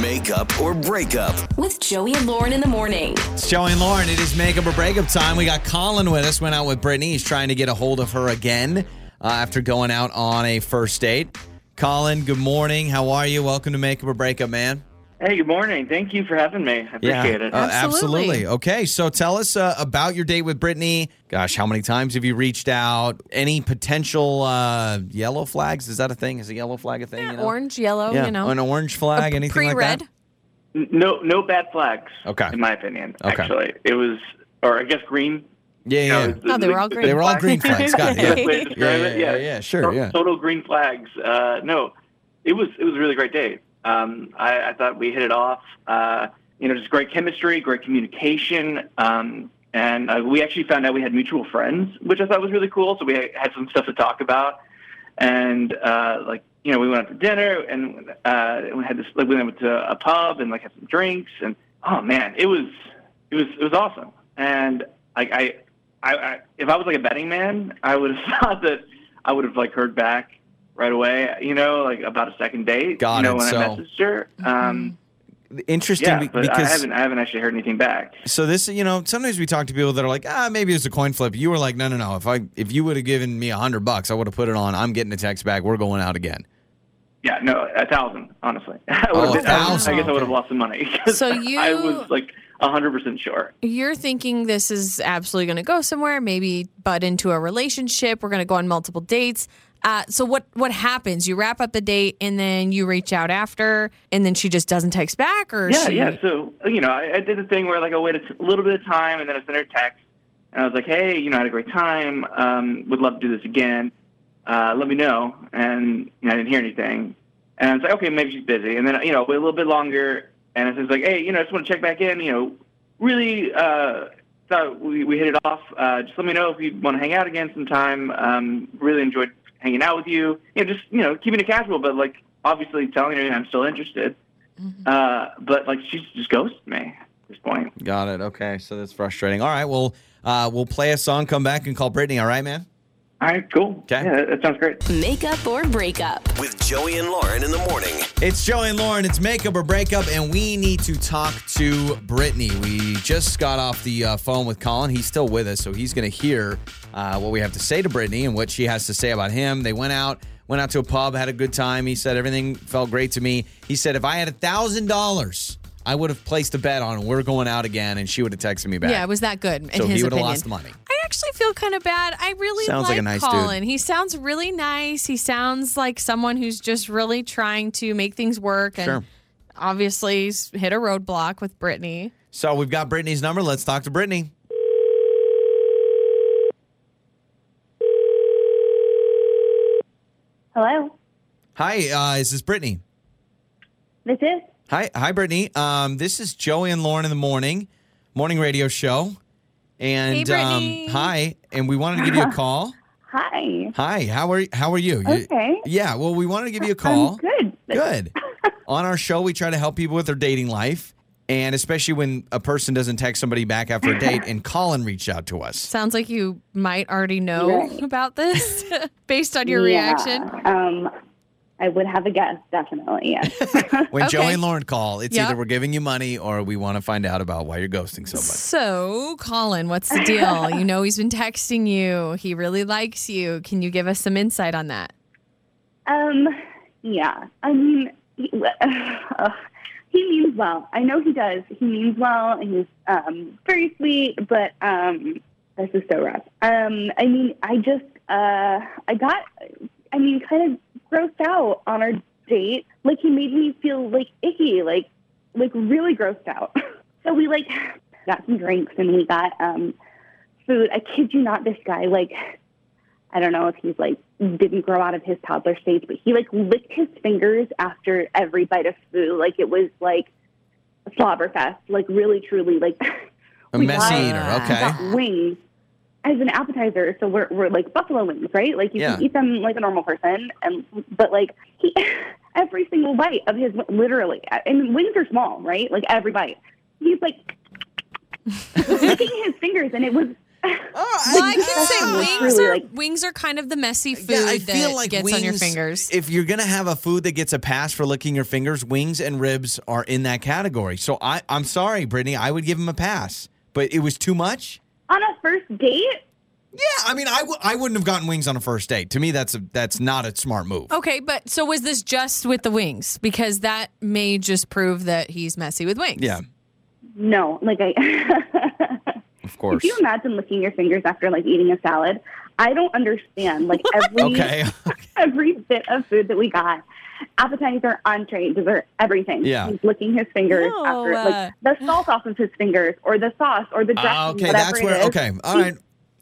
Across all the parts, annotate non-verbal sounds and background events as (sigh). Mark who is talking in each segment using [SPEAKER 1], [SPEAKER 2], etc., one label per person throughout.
[SPEAKER 1] Makeup or breakup.
[SPEAKER 2] with Joey and Lauren in the morning.
[SPEAKER 3] It's Joey and Lauren. It is makeup or breakup time. We got Colin with us. Went out with Brittany. He's trying to get a hold of her again uh, after going out on a first date. Colin, good morning. How are you? Welcome to Makeup or Breakup, man.
[SPEAKER 4] Hey, good morning. Thank you for having me. I appreciate it.
[SPEAKER 3] Uh,
[SPEAKER 5] Absolutely.
[SPEAKER 3] absolutely. Okay, so tell us uh, about your date with Brittany. Gosh, how many times have you reached out? Any potential uh, yellow flags? Is that a thing? Is a yellow flag a thing? you know?
[SPEAKER 5] Orange, yellow,
[SPEAKER 3] Yeah, Oh,
[SPEAKER 5] you know.
[SPEAKER 3] an orange flag, anything
[SPEAKER 5] Pre-red.
[SPEAKER 3] like
[SPEAKER 4] no, no bad flags.
[SPEAKER 3] Okay.
[SPEAKER 4] In my opinion,
[SPEAKER 3] Okay.
[SPEAKER 4] actually, it was, or I guess green.
[SPEAKER 3] that? Yeah, yeah.
[SPEAKER 4] No,
[SPEAKER 3] yeah.
[SPEAKER 4] it's-
[SPEAKER 5] No,
[SPEAKER 3] (laughs)
[SPEAKER 5] they were Oh, all green.
[SPEAKER 3] They were all green flags. (laughs) Got it. Yeah.
[SPEAKER 4] Best way to describe
[SPEAKER 3] Yeah,
[SPEAKER 4] it,
[SPEAKER 3] yeah,
[SPEAKER 4] yeah,
[SPEAKER 3] yeah, sure,
[SPEAKER 4] Total-
[SPEAKER 3] yeah.
[SPEAKER 4] Total green flags. Uh, no, it was it was a really great day. Um, I, I thought we hit it off. Uh, you know, just great chemistry, great communication, um, and uh, we actually found out we had mutual friends, which I thought was really cool. So we had- had some stuff to talk about, and uh, like you know, we went out to dinner and uh, we had this. Like, we went to a pub and like had some drinks, and oh man, it was it was it was awesome. And I, I I, I if I was like a betting man, I would have (laughs) thought that I would have like heard back right away, you know, like about a second date.
[SPEAKER 3] Got
[SPEAKER 4] you know,
[SPEAKER 3] it,
[SPEAKER 4] when
[SPEAKER 3] so-
[SPEAKER 4] I messaged her.
[SPEAKER 5] Mm-hmm.
[SPEAKER 4] Um,
[SPEAKER 3] Interesting
[SPEAKER 4] yeah,
[SPEAKER 3] be-
[SPEAKER 4] but I
[SPEAKER 3] because
[SPEAKER 4] haven't I haven't actually heard anything back.
[SPEAKER 3] So this, you know, sometimes we talk to people that are like, ah, maybe it's a coin flip. You were like, no, no, no. If I if you would have given me a hundred bucks, I would have put it on. I'm getting a text back. We're going out again.
[SPEAKER 4] Yeah, no, a thousand, honestly. (laughs) I,
[SPEAKER 3] Oh,
[SPEAKER 4] would've
[SPEAKER 3] a
[SPEAKER 4] been- I-
[SPEAKER 3] thousand.
[SPEAKER 4] I guess I would have lost some money. (laughs) 'cause
[SPEAKER 5] So
[SPEAKER 4] I
[SPEAKER 5] you-
[SPEAKER 4] was like hundred percent sure.
[SPEAKER 5] You're thinking this is absolutely going to go somewhere, maybe butt into a relationship. We're going to go on multiple dates. Uh, so what what happens? You wrap up the date and then you reach out after, and then she just doesn't text back, or
[SPEAKER 4] Yeah,
[SPEAKER 5] she,
[SPEAKER 4] yeah. So you know, I, I did the thing where like I waited a little bit of time, and then I sent her a text, and I was like, "Hey, you know, I had a great time. Um, would love to do this again. Uh, let me know." And you know, I didn't hear anything, and I was like, "Okay, maybe she's busy." And then you know, wait a little bit longer, and it's just like, "Hey, you know, I just want to check back in. You know, really uh, thought we, we hit it off. Uh, just let me know if you want to hang out again sometime. Um, really enjoyed hanging out with you. You know, just you know, keeping it casual, but like obviously telling her I'm still interested." Uh, but like she just ghosted me at this point.
[SPEAKER 3] Got it. Okay, so that's frustrating. All right, well, uh, we'll play a song, come back, and call Brittany. All right, man.
[SPEAKER 4] All right, cool.
[SPEAKER 3] Okay.
[SPEAKER 4] Yeah, that, that sounds great.
[SPEAKER 2] Makeup or breakup.
[SPEAKER 1] With Joey and Lauren in the morning.
[SPEAKER 3] It's Joey and Lauren. It's makeup or breakup, and we need to talk to Brittany. We just got off the uh, phone with Colin. He's still with us, so he's going to hear uh, what we have to say to Brittany and what she has to say about him. They went out, went out to a pub, had a good time. He said everything felt great to me. He said if I had a thousand dollars, I would have placed a bet on we're going out again, and she would have texted me back.
[SPEAKER 5] Yeah, it was that good in
[SPEAKER 3] so
[SPEAKER 5] his
[SPEAKER 3] he would have
[SPEAKER 5] opinion.
[SPEAKER 3] lost the money.
[SPEAKER 5] I actually feel kind of bad. I really
[SPEAKER 3] Sounds like a nice dude.
[SPEAKER 5] Colin. He sounds really nice. He sounds like someone who's just really trying to make things work and
[SPEAKER 3] Sure.
[SPEAKER 5] obviously s- hit a roadblock with Brittany.
[SPEAKER 3] So we've got Brittany's number. Let's talk to Brittany.
[SPEAKER 6] Hello,
[SPEAKER 3] Hi, uh, is this Brittany?
[SPEAKER 6] this is.
[SPEAKER 3] Hi, hi, Brittany. Um, this is Joey and Lauren in the morning, morning radio show, and
[SPEAKER 5] Hey, Brittany.
[SPEAKER 3] um, hi. And we wanted to
[SPEAKER 6] (laughs)
[SPEAKER 3] give you a call.
[SPEAKER 6] Hi.
[SPEAKER 3] hi, how are how are you? You-
[SPEAKER 6] Okay.
[SPEAKER 3] Yeah. Well, we wanted to give you a call.
[SPEAKER 6] I'm good. (laughs)
[SPEAKER 3] Good. On our show, we try to help people with their dating life, and especially when a person doesn't text somebody back after a date. And Colin reached out to us.
[SPEAKER 5] Sounds like you might already know (laughs)
[SPEAKER 6] Right.
[SPEAKER 5] about this based on your
[SPEAKER 6] Yeah,
[SPEAKER 5] reaction.
[SPEAKER 6] Um, I would have a guess, definitely. Yes.
[SPEAKER 3] (laughs)
[SPEAKER 6] (laughs)
[SPEAKER 3] When Joey
[SPEAKER 5] Okay.
[SPEAKER 3] and Lauren call, it's
[SPEAKER 5] Yeah.
[SPEAKER 3] either we're giving you money or we want to find out about why you're ghosting somebody.
[SPEAKER 5] So, Colin, what's
[SPEAKER 3] (laughs)
[SPEAKER 5] the deal? you know he's been texting you. He really likes you. Can you give us some insight on that?
[SPEAKER 6] um, yeah. I mean, he, (laughs) ugh, he means well. I know he does. He means well, and he's um, very sweet. But um, this is so rough. Um, I mean, I just uh, I got, I mean, kind of grossed out on our date. Like he made me feel like icky. Like like really grossed out. (laughs) So we like got some drinks and we got um food. I kid you not, this guy like I don't know if he's like didn't grow out of his toddler stage, but he like licked his fingers after every bite of food. Like it was like a slobber fest. Like really truly like (laughs)
[SPEAKER 3] A
[SPEAKER 6] we
[SPEAKER 3] messy
[SPEAKER 6] got-
[SPEAKER 3] eater.
[SPEAKER 6] we
[SPEAKER 3] Okay.
[SPEAKER 6] got wings as an appetizer. So we're we're like buffalo wings, right? Like you
[SPEAKER 3] Yeah.
[SPEAKER 6] can eat them like a normal person, and but like he, (laughs) every single bite of his literally, and wings are (laughs) small, right? Like every bite, he's like licking his fingers, and it was (laughs)
[SPEAKER 5] Well, I can
[SPEAKER 6] Wow.
[SPEAKER 5] say wings
[SPEAKER 6] Really,
[SPEAKER 5] are
[SPEAKER 6] like-
[SPEAKER 5] wings are kind of the messy food
[SPEAKER 3] Yeah, I
[SPEAKER 5] that
[SPEAKER 3] feel like
[SPEAKER 5] gets
[SPEAKER 3] wings,
[SPEAKER 5] on your fingers.
[SPEAKER 3] If you're gonna have a food that gets a pass for licking your fingers, wings and ribs are in that category. So I, I'm sorry, Brittany, I would give him a pass, but it was too much.
[SPEAKER 6] On a first date?
[SPEAKER 3] Yeah, I mean, I w- I wouldn't have gotten wings on a first date. To me, that's a, that's not a smart move.
[SPEAKER 5] Okay, but so was this just with the wings? Because that may just prove that he's messy with wings.
[SPEAKER 3] Yeah,
[SPEAKER 6] No. Like I (laughs)
[SPEAKER 3] of course.
[SPEAKER 6] Could you imagine licking your fingers after like eating a salad? I don't understand. Like every
[SPEAKER 3] Okay.
[SPEAKER 6] (laughs) every bit of food that we got, appetizer, entree, dessert, everything.
[SPEAKER 3] Yeah.
[SPEAKER 6] He's licking his fingers
[SPEAKER 5] No,
[SPEAKER 6] after
[SPEAKER 5] uh,
[SPEAKER 6] like the salt off of his fingers, or the sauce, or the dressing.
[SPEAKER 3] Ah, okay,
[SPEAKER 6] whatever
[SPEAKER 3] that's
[SPEAKER 6] it
[SPEAKER 3] where.
[SPEAKER 6] is.
[SPEAKER 3] Okay, all right,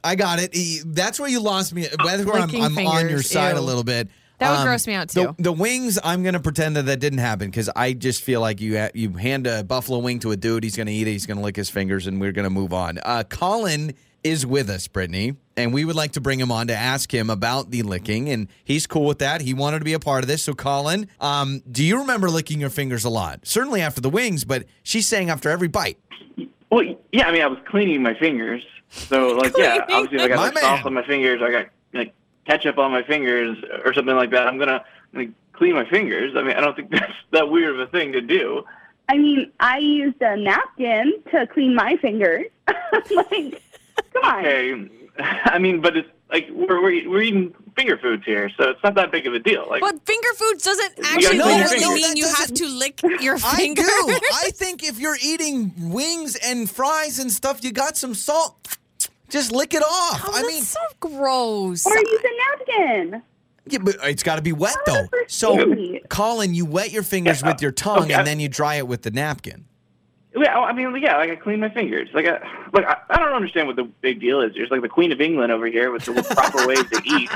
[SPEAKER 3] I got it. E- That's where you lost me. That's where I'm,
[SPEAKER 5] Licking
[SPEAKER 3] I'm on your
[SPEAKER 5] Oh, fingers,
[SPEAKER 3] side a
[SPEAKER 5] ew.
[SPEAKER 3] little bit. um,
[SPEAKER 5] That would gross me out,
[SPEAKER 3] the-
[SPEAKER 5] too.
[SPEAKER 3] The, wings, I'm gonna pretend that that didn't happen because I just feel like you ha- you hand a buffalo wing to a dude, he's gonna eat it, he's gonna lick his fingers, and we're gonna move on. Uh, Colin is with us, Brittany, and we would like to bring him on to ask him about the licking, and he's cool with that. He wanted to be a part of this. So, Colin, um, do you remember licking your fingers a lot? Certainly after the wings, but she's saying after every bite.
[SPEAKER 4] Well, yeah, I mean, I was cleaning my fingers, so like, yeah,
[SPEAKER 5] Cleaning
[SPEAKER 4] obviously, if I got
[SPEAKER 3] my
[SPEAKER 4] like,
[SPEAKER 3] man.
[SPEAKER 4] sauce on my fingers, I got like ketchup on my fingers or something like that. I'm gonna like clean my fingers. I mean, I don't think (laughs) that's that weird of a thing to do.
[SPEAKER 6] I mean, I used a napkin to clean my fingers. (laughs) like, come on.
[SPEAKER 4] Okay, (laughs) I mean, but it's like we're we're, we're eating finger foods here, so it's not that big of a deal. Like,
[SPEAKER 5] But finger foods doesn't actually
[SPEAKER 4] no,
[SPEAKER 5] literally
[SPEAKER 4] no,
[SPEAKER 5] mean
[SPEAKER 3] that
[SPEAKER 5] you have
[SPEAKER 3] doesn't-
[SPEAKER 5] to lick
[SPEAKER 3] (laughs)
[SPEAKER 5] your
[SPEAKER 3] I
[SPEAKER 5] finger.
[SPEAKER 3] do. I think if you're eating wings and fries and stuff, you got some salt. Just lick it off.
[SPEAKER 5] (laughs) Oh,
[SPEAKER 3] I
[SPEAKER 5] that's
[SPEAKER 3] mean,
[SPEAKER 5] so gross.
[SPEAKER 6] Or use a napkin.
[SPEAKER 3] yeah, but it's got to be wet though. So,
[SPEAKER 6] Ew.
[SPEAKER 3] Colin, you wet your fingers
[SPEAKER 4] Yeah,
[SPEAKER 3] with your tongue
[SPEAKER 4] okay.
[SPEAKER 3] and then you dry it with the napkin.
[SPEAKER 4] yeah, oh, I mean, yeah, like I clean my fingers. Like, I, like I, I don't understand what the big deal is. There's like the Queen of England over here with the proper ways to eat.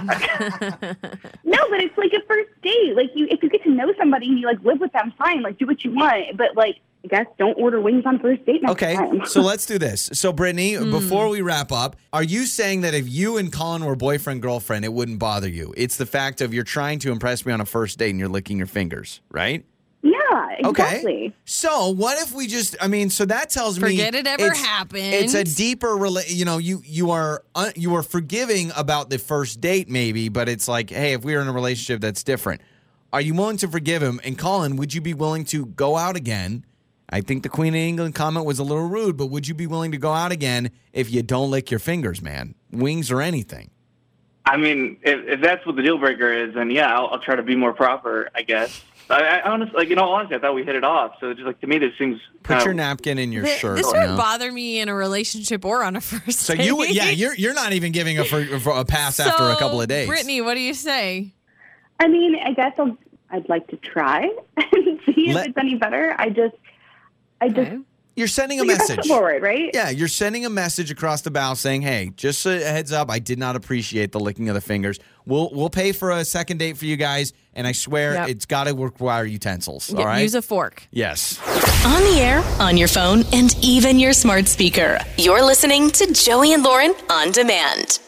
[SPEAKER 6] No, but it's like a first date. Like you, if you get to know somebody and you like live with them, fine. Like do what you want, but like I guess don't order wings on first date next
[SPEAKER 3] Okay,
[SPEAKER 6] time.
[SPEAKER 3] so let's do this. So, Brittany,
[SPEAKER 5] Hmm.
[SPEAKER 3] before we wrap up, are you saying that if you and Colin were boyfriend girlfriend, it wouldn't bother you? It's the fact of you're trying to impress me on a first date and you're licking your fingers, right?
[SPEAKER 6] (laughs) yeah,
[SPEAKER 3] Okay.
[SPEAKER 6] exactly.
[SPEAKER 3] So what if we just? I mean, so that tells me
[SPEAKER 5] Forget it ever
[SPEAKER 3] it's-
[SPEAKER 5] happened.
[SPEAKER 3] It's a deeper rela- You know, you you are un- you are forgiving about the first date, maybe, but it's like, hey, if we are in a relationship, that's different. Are you willing to forgive him? And Colin, would you be willing to go out again? I think the Queen of England comment was a little rude, but would you be willing to go out again if you don't lick your fingers, man, wings or anything?
[SPEAKER 4] I mean, if, if that's what the deal breaker is, then yeah, I'll, I'll try to be more proper, I guess. I, I honestly, like in all honesty, I thought we hit it off. So just like to me, this seems.
[SPEAKER 3] Put
[SPEAKER 4] uh,
[SPEAKER 3] your napkin in your
[SPEAKER 5] Th-
[SPEAKER 3] shirt.
[SPEAKER 5] this
[SPEAKER 3] you
[SPEAKER 5] wouldn't
[SPEAKER 3] know?
[SPEAKER 5] bother me in a relationship or on a (laughs) first
[SPEAKER 3] so
[SPEAKER 5] date.
[SPEAKER 3] you, would-
[SPEAKER 5] (laughs)
[SPEAKER 3] yeah, you're you're not even giving a, for, for a pass after a
[SPEAKER 5] So,
[SPEAKER 3] couple of days.
[SPEAKER 5] Brittany, what do you say?
[SPEAKER 6] I mean, I guess I'll, I'd like to try (laughs) and see
[SPEAKER 3] Let-
[SPEAKER 6] if it's any better. I just, I just
[SPEAKER 5] Okay.
[SPEAKER 3] You're
[SPEAKER 5] (laughs)
[SPEAKER 3] sending a
[SPEAKER 6] Like, that's
[SPEAKER 3] message.
[SPEAKER 6] forward, right?
[SPEAKER 3] Yeah, you're sending a message across the bow saying, "Hey, just a heads up, I did not appreciate the licking of the fingers. We'll we'll pay for a second date for you guys, and I swear
[SPEAKER 5] Yep.
[SPEAKER 3] it's got to require utensils. All
[SPEAKER 5] Yeah,
[SPEAKER 3] right?
[SPEAKER 5] Use a fork.
[SPEAKER 3] yes.
[SPEAKER 2] On the air, on your phone, and even your smart speaker. You're listening to Joey and Lauren on demand.